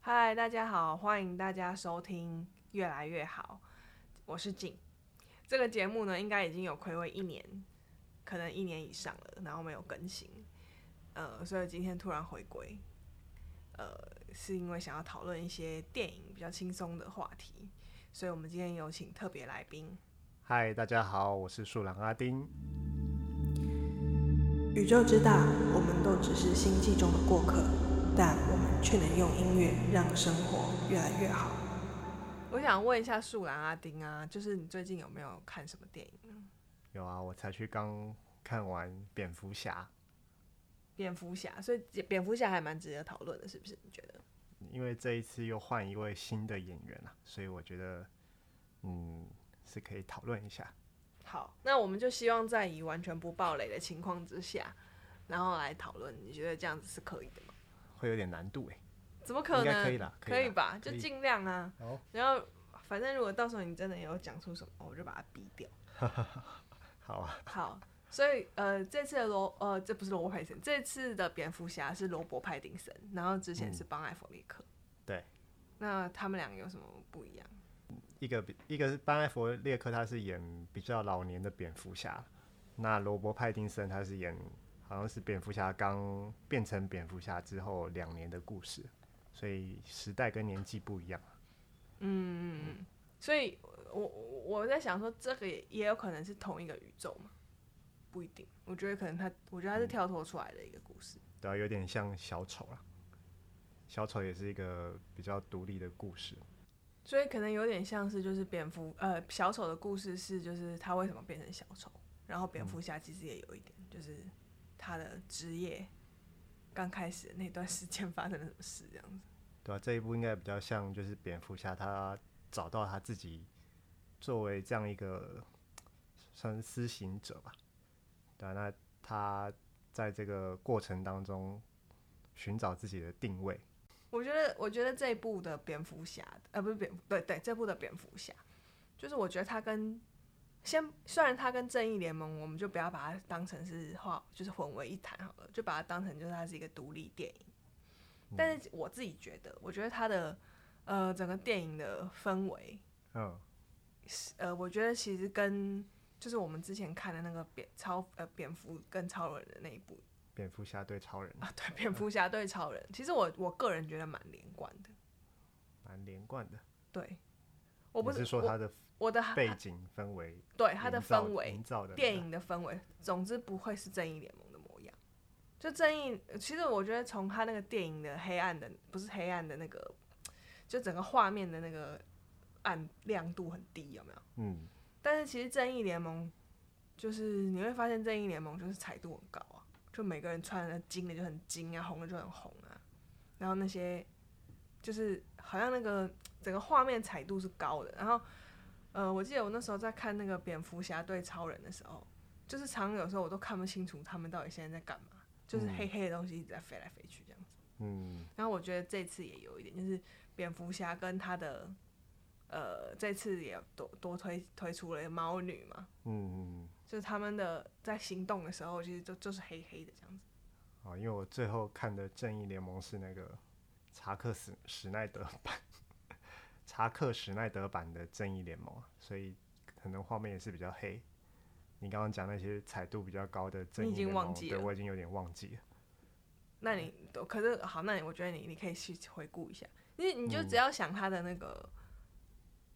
嗨，大家好，欢迎大家收听《越来越好》，我是静。这个节目呢，应该已经有暌违一年，可能一年以上了，然后没有更新。呃，所以今天突然回归，呃，是因为想要讨论一些电影比较轻松的话题，所以我们今天有请特别来宾。嗨，大家好，我是树懒阿丁。宇宙之大，我们都只是星际中的过客，但我们却能用音乐让生活越来越好。我想问一下树兰阿丁啊，就是你最近有没有看什么电影？有啊，我才去刚看完《蝙蝠侠蝙蝠侠，所以蝙蝠侠还蛮值得讨论的，是不是？你觉得？》，因为这一次又换一位新的演员了、啊所以我觉得，嗯，是可以讨论一下。好，那我们就希望在以完全不暴雷的情况之下，然后来讨论，你觉得这样子是可以的吗？会有点难度哎、怎么可应能？该可以啦可以啦吧？可就以尽量啊。好然后，反正如果到时候你真的有讲出什么，哦我就把它逼掉。好啊，好，所以呃，这次的罗呃，这不是罗伯派森，这次的蝙蝠侠是罗伯派丁森，然后之前是邦艾弗利克。嗯对，那他们两个有什么不一样？一个比一个是班艾弗列克，他是演比较老年的蝙蝠侠，那罗伯派丁森他是演好像是蝙蝠侠刚变成蝙蝠侠之后两年的故事，所以时代跟年纪不一样。嗯，所以我我我在想说，这个也也有可能是同一个宇宙嘛？不一定，我觉得可能他，我觉得他是跳脱出来的一个故事。对、啊，有点像小丑啦。小丑也是一个比较独立的故事，所以可能有点像是就是蝙蝠呃小丑的故事是就是他为什么变成小丑，然后蝙蝠侠其实也有一点就是他的职业刚开始的那段时间发生了什么事这样子。对啊吧、这一部应该比较像就是蝙蝠侠他找到他自己作为这样一个算是施行者吧，对、啊、那他在这个过程当中寻找自己的定位，我觉得我觉得这一部的蝙蝠侠呃不是蝙蝠对对这部的蝙蝠侠，就是我觉得他跟先虽然他跟正义联盟我们就不要把它当成是画就是混为一谈好了，就把它当成就是它是一个独立电影。但是我自己觉得，我觉得它的呃整个电影的氛围嗯，呃，我觉得其实跟就是我们之前看的那个蝙超呃蝙蝠跟超人的那一部蝙蝠侠对超人啊，对，蝙蝠侠对超人，其实我我个人觉得蛮连贯的。蛮连贯的。对，我不你是说我他的我的背景氛围，对它的营造氛围营、造的电影的氛围，总之不会是正义联盟的模样。就正义，其实我觉得从他那个电影的黑暗的，不是黑暗的那个，就整个画面的那个暗亮度很低，有没有？嗯，但是其实正义联盟，就是你会发现正义联盟就是彩度很高啊，就每个人穿的金的就很金啊，红的就很红啊，然后那些就是好像那个整个画面彩度是高的。然后，呃，我记得我那时候在看那个蝙蝠侠对超人的时候，就是常常有时候我都看不清楚他们到底现在在干嘛，就是黑黑的东西一直在飞来飞去这样子。嗯，然后我觉得这次也有一点，就是蝙蝠侠跟他的，呃，这次也多多推推出了猫女嘛，嗯嗯。就是他们的在行动的时候，其实就就是黑黑的这样子。啊，因为我最后看的《正义联盟》是那个查克史史奈德版， 查克史奈德版的《正义联盟》，啊所以可能画面也是比较黑。你刚刚讲那些彩度比较高的《正你已义经联忘盟》，记对了我已经有点忘记了。那你嗯都可是好，那你我觉得你你可以去回顾一下，你你嗯就只要想他的那个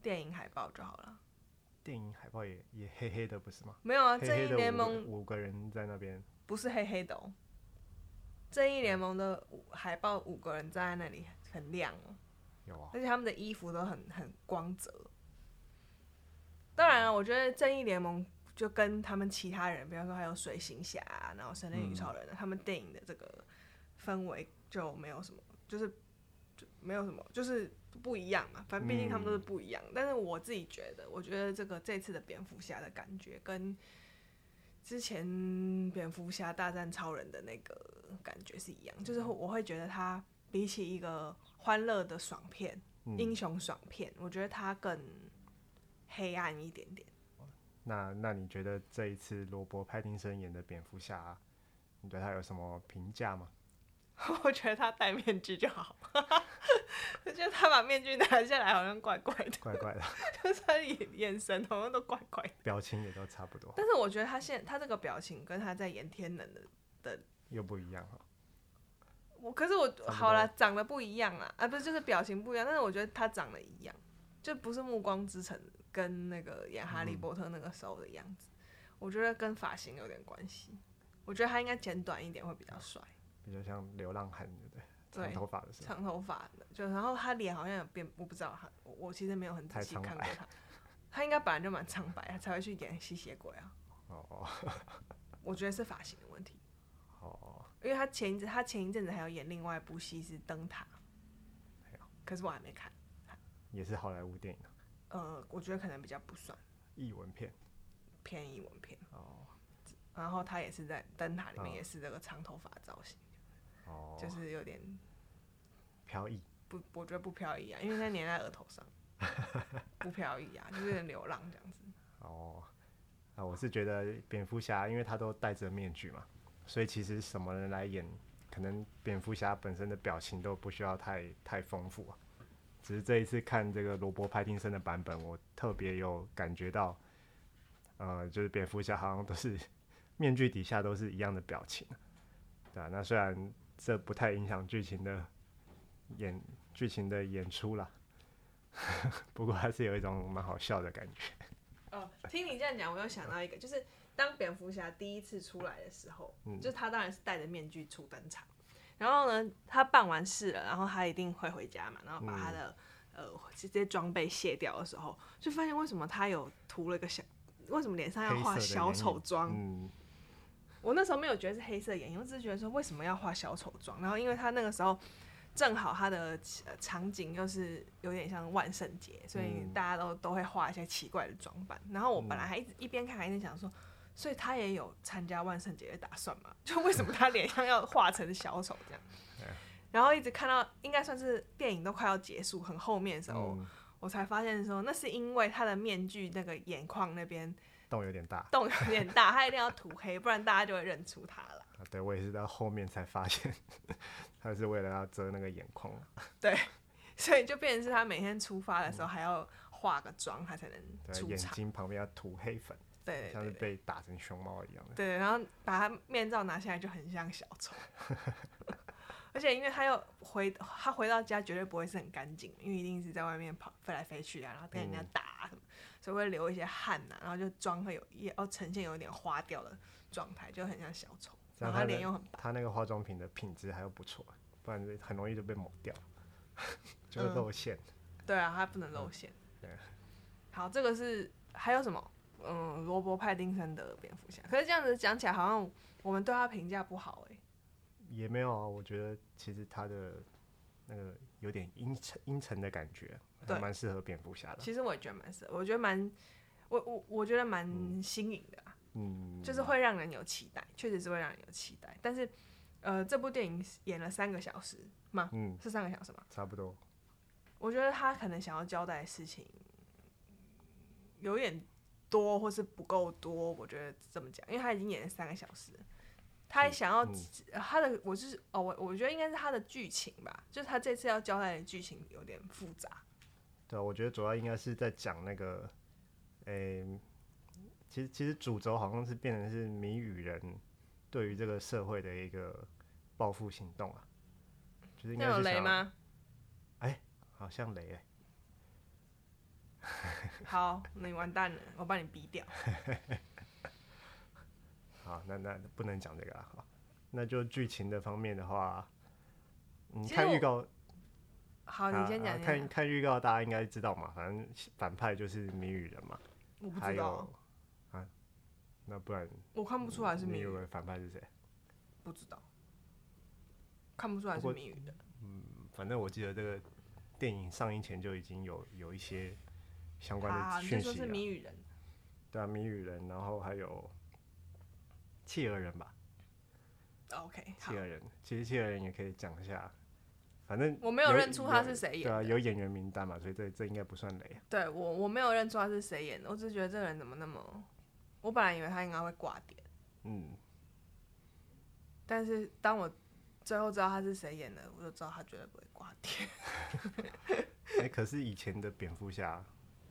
电影海报就好了。电影海报也也黑黑的，不是吗？没有啊，黑正黑义的联五个盟五个人在那边，不是黑黑的哦，正义联盟的五海报五个人站在那里很亮哦。有啊，而且他们的衣服都很很光泽。当然了，我觉得正义联盟就跟他们其他人，比方说还有水行侠、啊，然后神力女超人、啊，他们电影的这个氛围就没有什么，就是就没有什么，就是不一样嘛。反正毕竟他们都是不一样。但是我自己觉得，我觉得这个这次的蝙蝠侠的感觉跟之前蝙蝠侠大战超人的那个感觉是一样，就是我会觉得他比起一个欢乐的爽片。英嗯，雄爽片，我觉得它更黑暗一点 点。那那你觉得这一次罗伯·派丁森演的蝙蝠侠，你对他有什么评价吗？ 我觉得他戴面具就好，就是他把面具拿下来，好像怪怪的， 怪怪的， 就是他眼眼神好像都怪怪的。表情也都差不多，但是我觉得他现他这个表情跟他在演天能的的，又不一样哦。我可是我多好了，长得不一样啊，啊不是就是表情不一样，但是我觉得他长得一样，就不是《暮光之城》跟那个演哈利波特那个时候的样子，我觉得跟发型有点关系。我觉得他应该剪短一点会比较帅，比较像流浪汉，对不对？长对头发的时候，长头发的，就然后他脸好像有变，我不知道他，我我其实没有很仔太细苍看过白他，他应该本来就蛮苍白，他才会去演吸血鬼啊，哦我觉得是发型的问题。哦哦，因为他前一阵他前一阵子还有演另外一部戏是《灯塔》，哎可是我还没看。也是好莱坞电影啊，呃，我觉得可能比较不算译文片偏译文片。哦然后他也是在《灯塔》里面嗯也是这个长头发造型，哦，就是有点飘逸，不，我觉得不飘逸啊，因为那粘在额头 上，不飘逸啊，就是有点流浪这样子。哦，啊，我是觉得蝙蝠侠，因为他都戴着面具嘛，所以其实什么人来演，可能蝙蝠侠本身的表情都不需要太太丰富啊。只是这一次看这个罗伯·派汀森的版本，我特别有感觉到，呃，就是蝙蝠侠好像都是面具底下都是一样的表情，对啊，那虽然这不太影响剧情的演剧情的演出啦， 不过还是有一种蛮好笑的感觉。哦，听你这样讲，我又想到一个，就是当蝙蝠侠第一次出来的时候，嗯就他当然是戴着面具出登场。然后呢，他办完事了，然后他一定会回家嘛，然后把嗯他的、呃这些装备卸掉的时候，就发现为什么他有涂了一个小，为什么脸上要黑色画的小眼丑影妆？嗯，我那时候没有觉得是黑色眼影，我只是觉得说为什么要画小丑妆？然后因为他那个时候正好他的、呃场景又是有点像万圣节，所以嗯大家都都会画一些奇怪的装扮。然后我本来还一直一边看还一边想说，所以他也有参加万圣节的打算嘛？ 就为什么他脸上要画成小丑 这样？哎然后一直看到应该算是电影都快要结束，很后面的时候，嗯我才发现说那是因为他的面具那个眼眶那边洞有点大啊，洞有点大，他一定要涂黑，不然大家就会认出他了。对我也是到后面才发现， 他是为了要遮那个眼眶，所以就变成是他每天出发的时候还要化个妆，他才能嗯对，出眼场。睛旁边要涂黑粉，对像对是对被打成熊猫一样的。对，然后把他面罩拿下来就很像小丑。 而且因为他又回他回到家绝对不会是很干净，因为一定是在外面跑飞来飞去啊，然后被人嗯家打啊什么，所以会流一些汗呐、然后就妆会有也要呈现有点花掉的状态，就很像小丑。这然样后他他的脸又很白，他那个化妆品的品质还又不错，不然很容易就被抹掉， 就嗯会露馅。对啊，他不能露馅。嗯对啊好，这个是还有什么？嗯，罗伯·派丁森的蝙蝠侠。可是这样子讲起来，好像我们对他评价不好哎、也没有啊，我觉得其实他的那个有点阴沉阴沉的感觉，对还蛮适合蝙蝠侠的。其实我也觉得蛮适合，我觉得蛮，我我我觉得蛮新颖的啊、嗯，就是会让人有期待，确实是会让人有期待。但是，呃，这部电影演了三个小时吗？嗯，是三个小时吗？差不多。我觉得他可能想要交代的事情有点多，或是不够多。我觉得这么讲，因为他已经演了三个小时了，他还想要、嗯呃他的，我就是哦，我我觉得应该是他的剧情吧，就是他这次要交代的剧情有点复杂。对啊，我觉得主要应该是在讲那个，诶、其实其实主轴好像是变成是谜语人对于这个社会的一个报复行动啊，就是应该那有是想雷要？吗？好像雷、欸，好，那你完蛋了，我把你逼掉。好，那那不能讲这个啊，好，那就剧情的方面的话，你其实看我哦预告，好，你啊先啊讲。你先看讲看预告，大家应该知道嘛，反正反派就是谜语人嘛，我不还知道有，啊，那不然我看不出来是谜谜语语，人反派是谁？不知道，看不出来不是过谜语的。反正我记得这个电影上映前就已经有有一些相关啊，的你就讯说息是了，谜语人。对啊，谜语人，然后还有企鹅人吧， OK，好企，鹅人，其实企鹅人也可以讲一下，反正我没有认出他是谁演对啊，的有演员名单嘛，所以这这应该不算雷啊，对我我没有认出他是谁演的，我只是觉得这个人怎么那么……我本来以为他应该会挂点，嗯，但是当我最后知道他是谁演的，我就知道他绝对不会挂点。可是以前的蝙蝠侠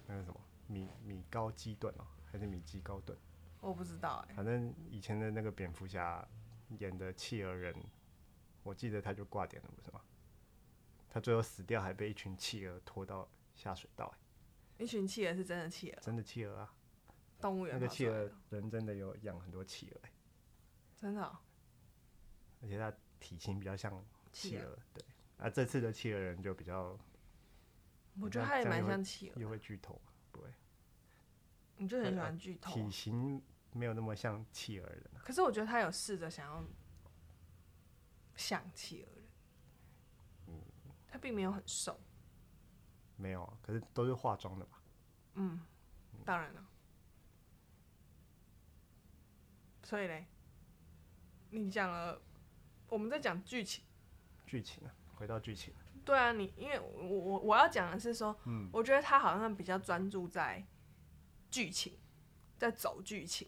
那个什么米米高基顿哦，还是米基高顿， 我不知道哎、反正以前的那个蝙蝠侠演的企鹅人，我记得他就挂点了，不是吗？他最后死掉还被一群企鹅拖到下水道、欸，一群企鹅是真的企鹅，真的企鹅啊！动物那园个跑出企来鹅的，人真的有养很多企鹅、欸，真的哦、而且它体型比较像企企鹅鹅。对，啊，这次的企鹅人就比较我觉得它也这样蛮也会像企鹅，又会剧透，不会你就很喜呃欢剧透啊、体型没有那么像企鹅人啊，可是我觉得他有试着想要像企鹅人，嗯他并没有很瘦。没有啊，可是都是化妆的吧？嗯当然了，所以嘞，你讲了，我们在讲剧情。剧情啊，回到剧情，对啊，你因为我我我要讲的是说，嗯我觉得他好像比较专注在剧情，在走剧情，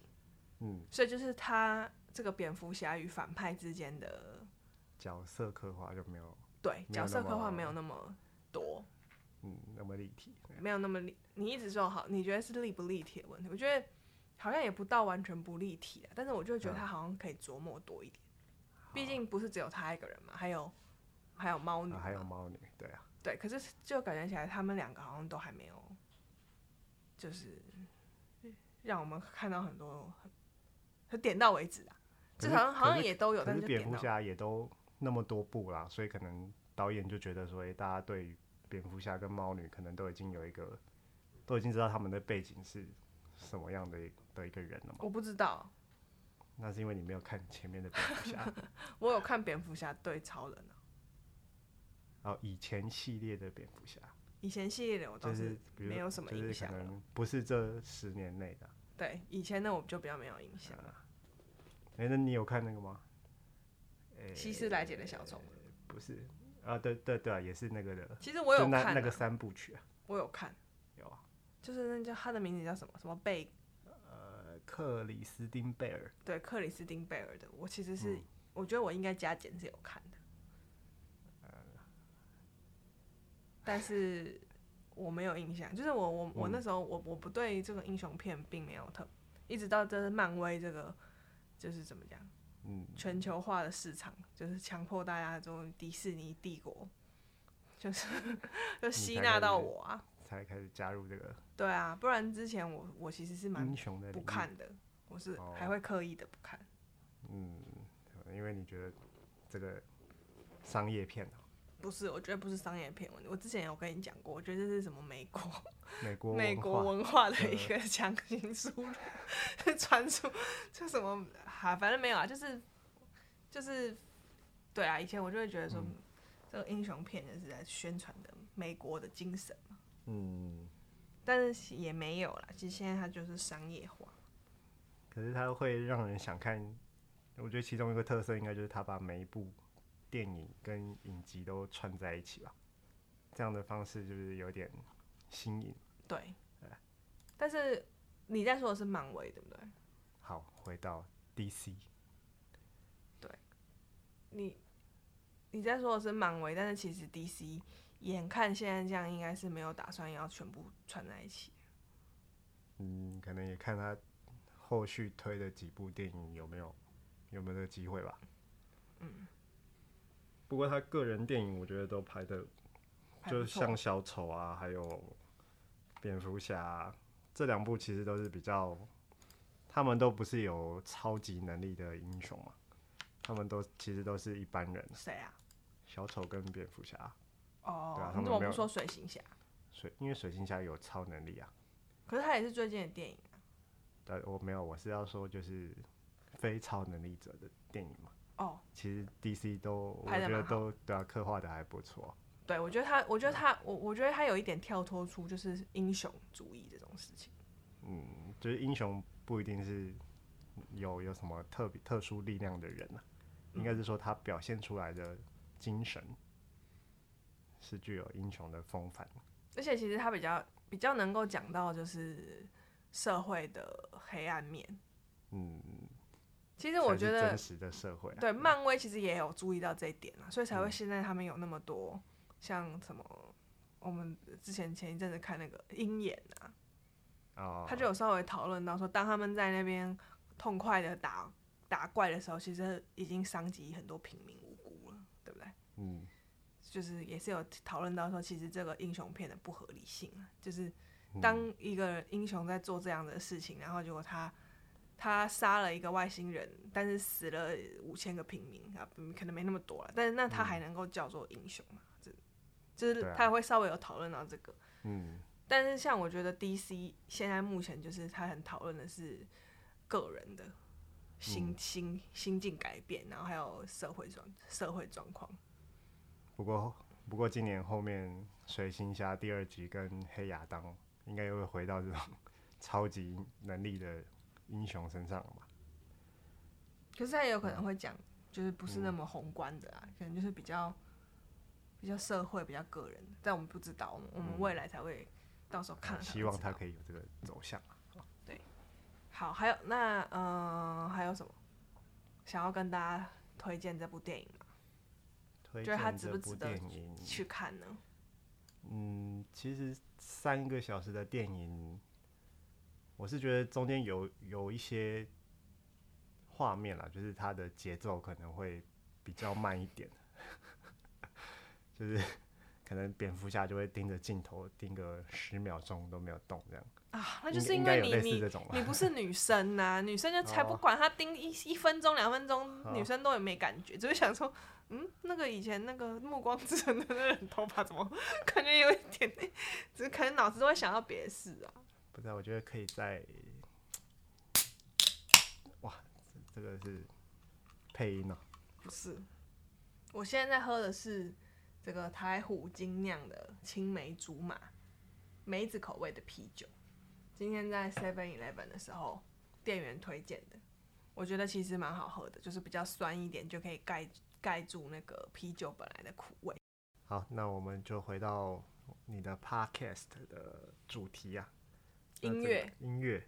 嗯，所以就是他这个蝙蝠侠与反派之间的角色刻画就没有对没有角色那刻画么没有那么多，嗯那么立体。没有那么立。你一直说好，你觉得是立不立体的问题，我觉得好像也不到完全不立体啊，但是我就觉嗯得他好像可以琢磨多一点，毕竟不是只有他一个人嘛，还有还有猫女啊嘛、还有猫女，对啊，对，可是就感觉起来他们两个好像都还没有，就是让我们看到很多很很点到为止啊，可就是好像好可像是也都有，可但是就蝙点蝠到侠也都那么多部啦，所以可能导演就觉得说，哎、大家对于蝙蝠侠跟猫女可能都已经有一个，都已经知道他们的背景是什么样的一的一个人了嘛。我不知道，那是因为你没有看前面的蝙蝠侠， 我有看蝙蝠侠对超人啊，然后以前系列的蝙蝠侠，以前系列的我倒就是比如没有什么就印是象可了。能不是这十年内的啊。对，以前的我就比较没有印象。哎、那你有看那个吗？诶希斯莱杰的小丑，不是啊，对对对啊、也是那个的，其实我有就那看啊、那个三部曲啊，我有看，有啊，就是那叫他的名字叫什么什么贝，呃，克里斯汀贝尔，对，克里斯汀贝尔的。我其实是、我觉得我应该加减是有看的，但是我没有印象，就是我我我那时候我我不对这个英雄片并没有特，一直到这是漫威这个就是怎么讲。嗯，全球化的市场，就是强迫大家做迪士尼帝国，就是就吸纳到我啊。才开始加入这个对啊，不然之前我我其实是蛮英雄的不领域，看的，我是嗯哦还会刻意的不看。嗯，因为你觉得这个商业片啊，不是，我觉得不是商业片问题。我之前有跟你讲过，我觉得这是什么美国美国美文国化文化的一个强行输入， 传出就什么啊，反正没有啊，就是就是对啊，以前我就会觉得嗯说，这个英雄片就是在宣传的美国的精神。嗯，但是也没有啦。其实现在它就是商业化，可是它会让人想看。我觉得其中一个特色应该就是它把每一部电影跟影集都串在一起吧，这样的方式就是有点新颖。对。但是你在说的是漫威，对不对？好，回到 DC，你你在说的是漫威，但是其实 DC 眼看现在这样，应该是没有打算要全部串在一起。嗯，可能也看他后续推的几部电影有没有有没有这个机会吧。嗯，不过他个人电影我觉得都拍的，还就不是错像小丑啊，还有蝙蝠侠啊、这两部，其实都是比较，他们都不是有超级能力的英雄嘛，他们都其实都是一般人，谁啊？小丑跟蝙蝠侠，哦，对啊他你们怎么不没有说水行侠？水因为水行侠有超能力啊。可是他也是最近的电影啊。呃，我没有，我是要说就是非超能力者的电影嘛。哦，其实 DC 都我拍得觉得蛮好都对啊，刻画的还不错。对，我觉得他，我觉得嗯他，我我觉得他有一点跳脱出就是英雄主义这种事情。嗯，就是英雄不一定是有有什么特别特殊力量的人啊，应嗯该是说他表现出来的精神是具有英雄的风范。而且其实他比较比较能够讲到就是社会的黑暗面。嗯，其实我才是觉得真实的社会、啊，对漫威其实也有注意到这一点啊，所以才会现在他们有那么多像什么我们之前前一阵子看那个《鹰眼》啊，哦，他就有稍微讨论到说，当他们在那边痛快的打打怪的时候，其实已经伤及很多平民无辜了，对不对？嗯，就是也是有讨论到说，其实这个英雄片的不合理性啊，就是嗯当一个英雄在做这样的事情，然后结果他他杀了一个外星人，但是死了五千个平民啊，嗯可能没那么多了，但是那他还能够叫做英雄吗？这就是对啊他会稍微有讨论到这个，嗯但是像我觉得 DC 现在目前就是他很讨论的是个人的嗯心心心境改变，然后还有社会状社会状况。不过不过今年后面《水星侠》第二集跟《黑亚当》应该又会回到这种 超级能力的英雄身上吧？可是他也有可能会讲，就是不是嗯那么宏观的啊，可能就是比较比较社会、比较个人的，但我们不知道，我们我们未来才会到时候看了才会希望知他道可以有这个走向啊。好。还有那嗯、呃还有什么想要跟大家推荐这部电影吗？推觉得它荐值这不部值得电影，去看呢？嗯，其实三个小时的电影，我是觉得中间有有一些画面啦，就是它的节奏可能会比较慢一点， 就是 可能蝙蝠侠就会盯着镜头盯个十秒钟都没有动这样。啊，那应就是该因应该为有你类似你这种吧你不是女生呐、女生就才不哦管，她盯一一分钟两分钟，哦女生都也没感觉，只会想说，嗯，那个以前那个《暮光之 城》的那个人头发怎么 感觉有一点，只是可能脑子都会想到别的事啊。不知道，我觉得可以在，哇，这这个是配音哦、不是，我现在在喝的是这个台虎精酿的青梅竹马梅子口味的啤酒，今天在 Seven Eleven 的时候，店员推荐的，我觉得其实蛮好喝的，就是比较酸一点，就可以盖盖住那个啤酒本来的苦味。好，那我们就回到你的 podcast 的主题啊，那音这乐个音乐，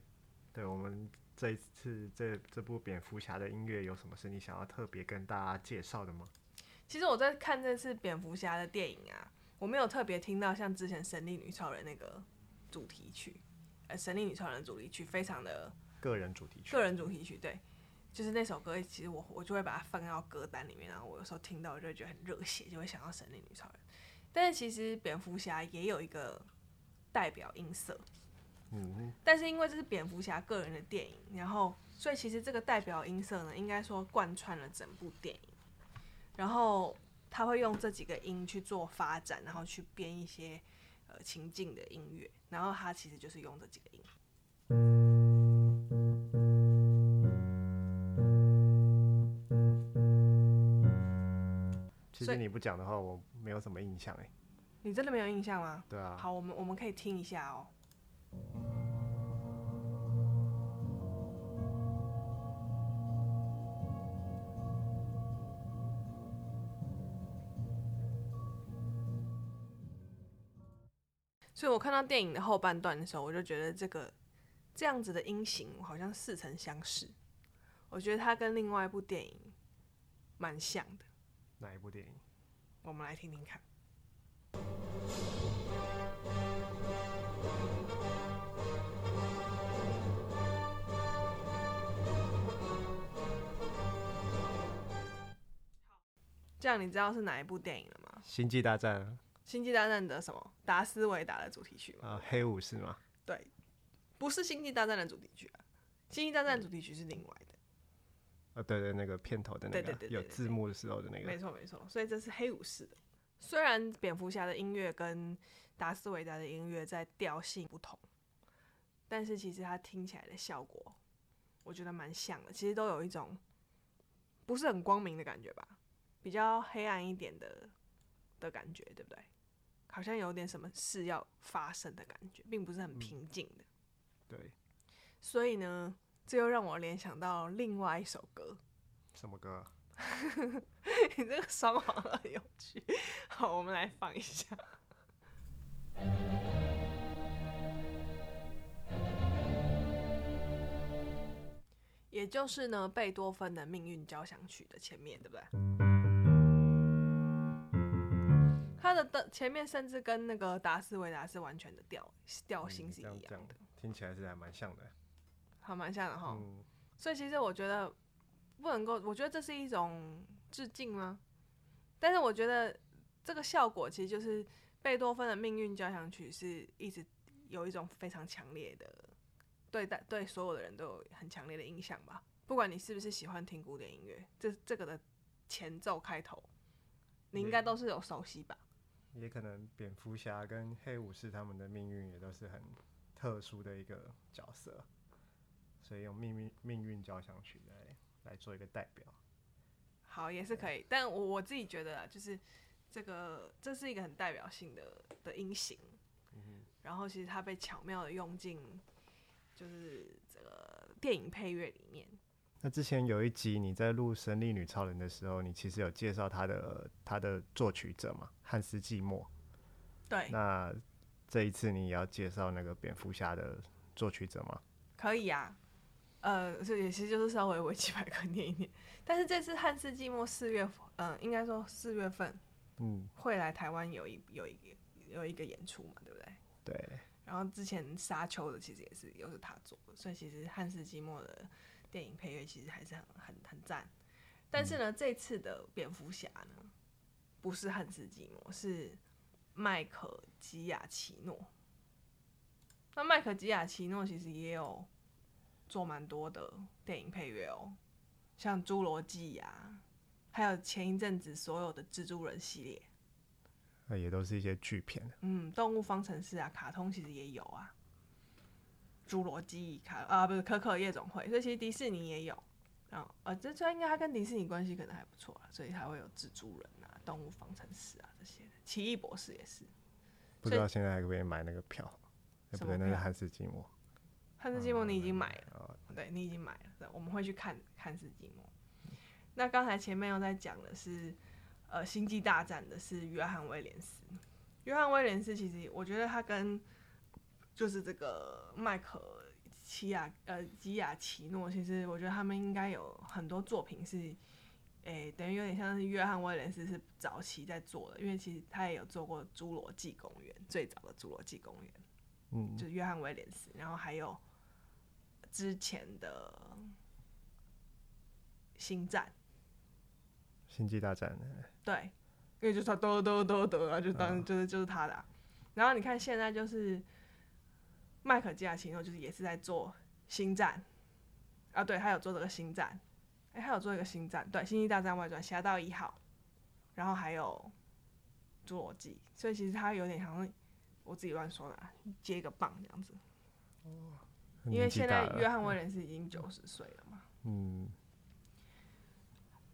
对我们这一次这这部蝙蝠侠的音乐有什么是你想要特别跟大家介绍的吗？其实我在看这次蝙蝠侠的电影啊，我没有特别听到像之前《神力女超人》那个主题曲，呃，《神力女超人》的主题曲非常的个人主题曲，个人主题曲，对，就是那首歌，其实我我就会把它放到歌单里面，然后我有时候听到我就会觉得很热血，就会想到神力女超人。但是其实蝙蝠侠也有一个代表音色，嗯，但是因为这是蝙蝠侠个人的电影，然后所以其实这个代表音色呢，应该说贯穿了整部电影，然后他会用这几个音去做发展，然后去编一些呃情境的音乐，然后他其实就是用这几个音。其所实以你不讲的话，我没有什么印象哎、你真的没有印象吗？对啊，好，我们我们可以听一下哦。所以我看到电影的后半段的时候，我就觉得这个这样子的音型我好像似曾相识。我觉得它跟另外一部电影蛮像的，哪一部电影？我们来听听看。这样你知道是哪一部电影了吗？ 《星际大战》啊《星际大战》的什么达斯维达的主题曲吗？啊，黑武士嘛，对，不是《星际大战》的主题曲啊，《星际大战》主题曲是另外的。啊，对对，那个片头的那对个啊对对对有对字幕的时候的那没个，错没错，所以这是黑武士的。虽然蝙蝠侠的音乐跟达斯维达的音乐在调性不同，但是其实它听起来的效果，我觉得蛮像的。其实都有一种不是很光明的感觉吧，比较黑暗一点的的感觉，对不对？好像有点什么事要发生的感觉，并不是嗯很平静的。对，所以呢，这又让我联想到另外一首歌，什么歌啊？ 你这个伤好像很有趣。好，我们来放一下。也就是呢，贝多芬的《命运交响曲》的前面，对不对？它的的前面甚至跟那个达斯维达斯完全的调调性哦是一嗯这样这样样的，听起来是还蛮像的。还蛮像的哈。嗯，所以其实我觉得不能够，我觉得这是一种致敬吗？但是我觉得这个效果其实就是贝多芬的命运交响曲是一直有一种非常强烈的对待对所有的人都有很强烈的影响吧。不管你是不是喜欢听古典音乐，这这个的前奏开头，你应该都是有熟悉吧？也可能蝙蝠侠跟黑武士他们的命运也都是很特殊的一个角色，所以用命运命运交响曲来来做一个代表。好，也是可以。但我我自己觉得啊，就是这个这是一个很代表性的的音型，然后其实它被巧妙的用进就是这个电影配乐里面。那之前有一集你在录《神力女超人》的时候，你其实有介绍她的她的作曲者嘛，汉斯季默。对，那这一次你也要介绍那个蝙蝠侠的作曲者吗？可以啊。呃，这也其实就是稍微维基百科念一念。但是这次汉斯季默四月，嗯、应该说四月份嗯，会来台湾有一有一个有一个演出嘛，对不对？对，然后之前沙丘的其实也是又是他做的，所以其实汉斯季默的电影配乐其实还是很很很赞。但是呢，这次的蝙蝠侠呢，不是汉斯季默，是迈克·基亚奇诺。那迈克·基亚奇诺其实也有做蛮多的电影配乐哦，像《侏罗纪》啊，还有前一阵子所有的蜘蛛人系列，那也都是一些剧片。嗯，动物方程式啊，卡通其实也有啊，侏罗纪卡啊，不是可可夜总会，所以其实迪士尼也有。啊，呃，这这应该它跟迪士尼关系可能还不错啦，所以才会有蜘蛛人啊、动物方程式啊这些的。奇异博士也是，不知道现在还可不可以买那个票？哎，什不么对，那是票汉斯季默。哦汉斯季默你已经买了，了。对你已经买了，对我们会去看看斯季默。那刚才前面又在讲的是，呃，《星际大战》的是约翰威廉斯。约翰威廉斯其实我觉得他跟就是这个迈克奇亚呃基亚奇诺，其实我觉得他们应该有很多作品是，诶、等于有点像是约翰威廉斯是早期在做的，因为其实他也有做过《侏罗纪公园》最早的《侏罗纪公园》。嗯，就是约翰威廉斯，然后还有之前的星战，星际大战。对，因为就是他得得得得啊，就当、就是就是他的啊、然后你看现在就是迈克基亚奇诺，就是也是在做星战啊，对，他有做这个星战，哎，他有做一个星战，对，星际大战外传、侠盗一号，然后还有侏罗纪，所以其实他有点像是我自己乱说的、啊，接一个棒这样子。因为年纪现大在了约翰威廉斯已经九十岁了嘛。嗯，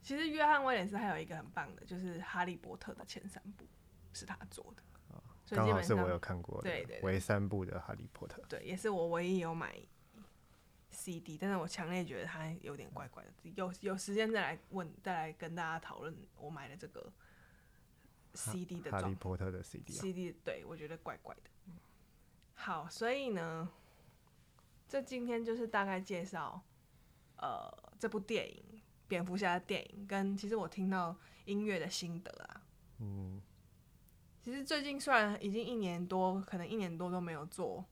其实约翰威廉斯还有一个很棒的，就是《哈利波特》的前三部是他做的，所以哦刚基好本是我有上看过对的对对为三部的《哈利波特》。对，也是我唯一有买 CD，但是我强烈觉得它有点怪怪的。有有时间再来问，再来跟大家讨论我买的这个 CD 的哈状利波特的 CD 啊， CD，对我觉得怪怪的。嗯好，所以呢，这今天就是大概介绍，呃，这部电影《蝙蝠侠》的电影，跟其实我听到音乐的心得啊。嗯，其实最近虽然已经一年多，可能一年多都没有做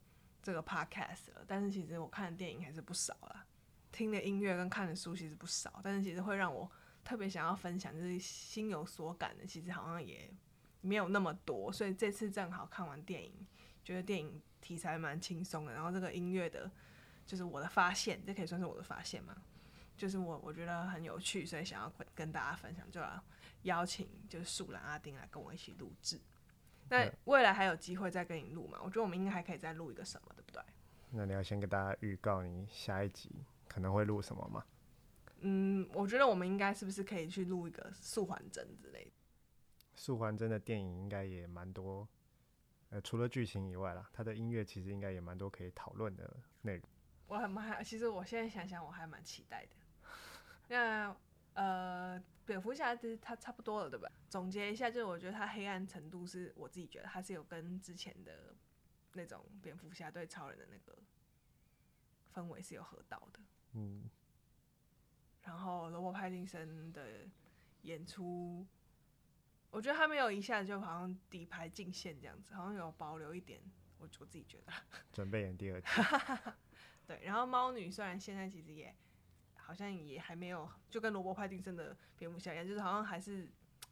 这个 podcast 了，但是其实我看的电影还是不少啦，听的音乐跟看的书其实不少，但是其实会让我特别想要分享，就是心有所感的，其实好像也没有那么多，所以这次正好看完电影，觉得电影题材蛮轻松的，然后这个音乐的，就是我的发现，这可以算是我的发现吗？就是我我觉得很有趣，所以想要跟跟大家分享，就要邀请就是树懒阿丁来跟我一起录制。那未来还有机会再跟你录嘛？我觉得我们应该还可以再录一个什么，对不对？那你要先跟大家预告你下一集可能会录什么吗？嗯，我觉得我们应该是不是可以去录一个素还真之类的？素还真的电影应该也蛮多，呃，除了剧情以外啦，它的音乐其实应该也蛮多可以讨论的内容。我很蛮，其实我现在想想，我还蛮期待的。 那呃，蝙蝠侠其实它差不多了，对吧？总结一下，就是我觉得它黑暗程度是我自己觉得它是有跟之前的那种蝙蝠侠对超人的那个氛围是有合到的。嗯，然后罗伯·派丁森的演出，我我觉得他没有一下子就好像底牌进线这样子，好像有保留一点，我我自己觉得。准备演第二季， 对，然后猫女虽然现在其实也好像也还没有，就跟罗伯派丁森的蝙蝠侠一样，就是好像还是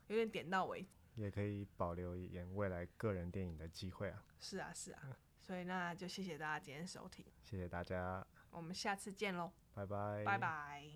有点点到为止。也可以保留演未来个人电影的机会啊！是啊，是啊，所以那就谢谢大家今天收听，谢谢大家，我们下次见喽，拜拜，拜拜。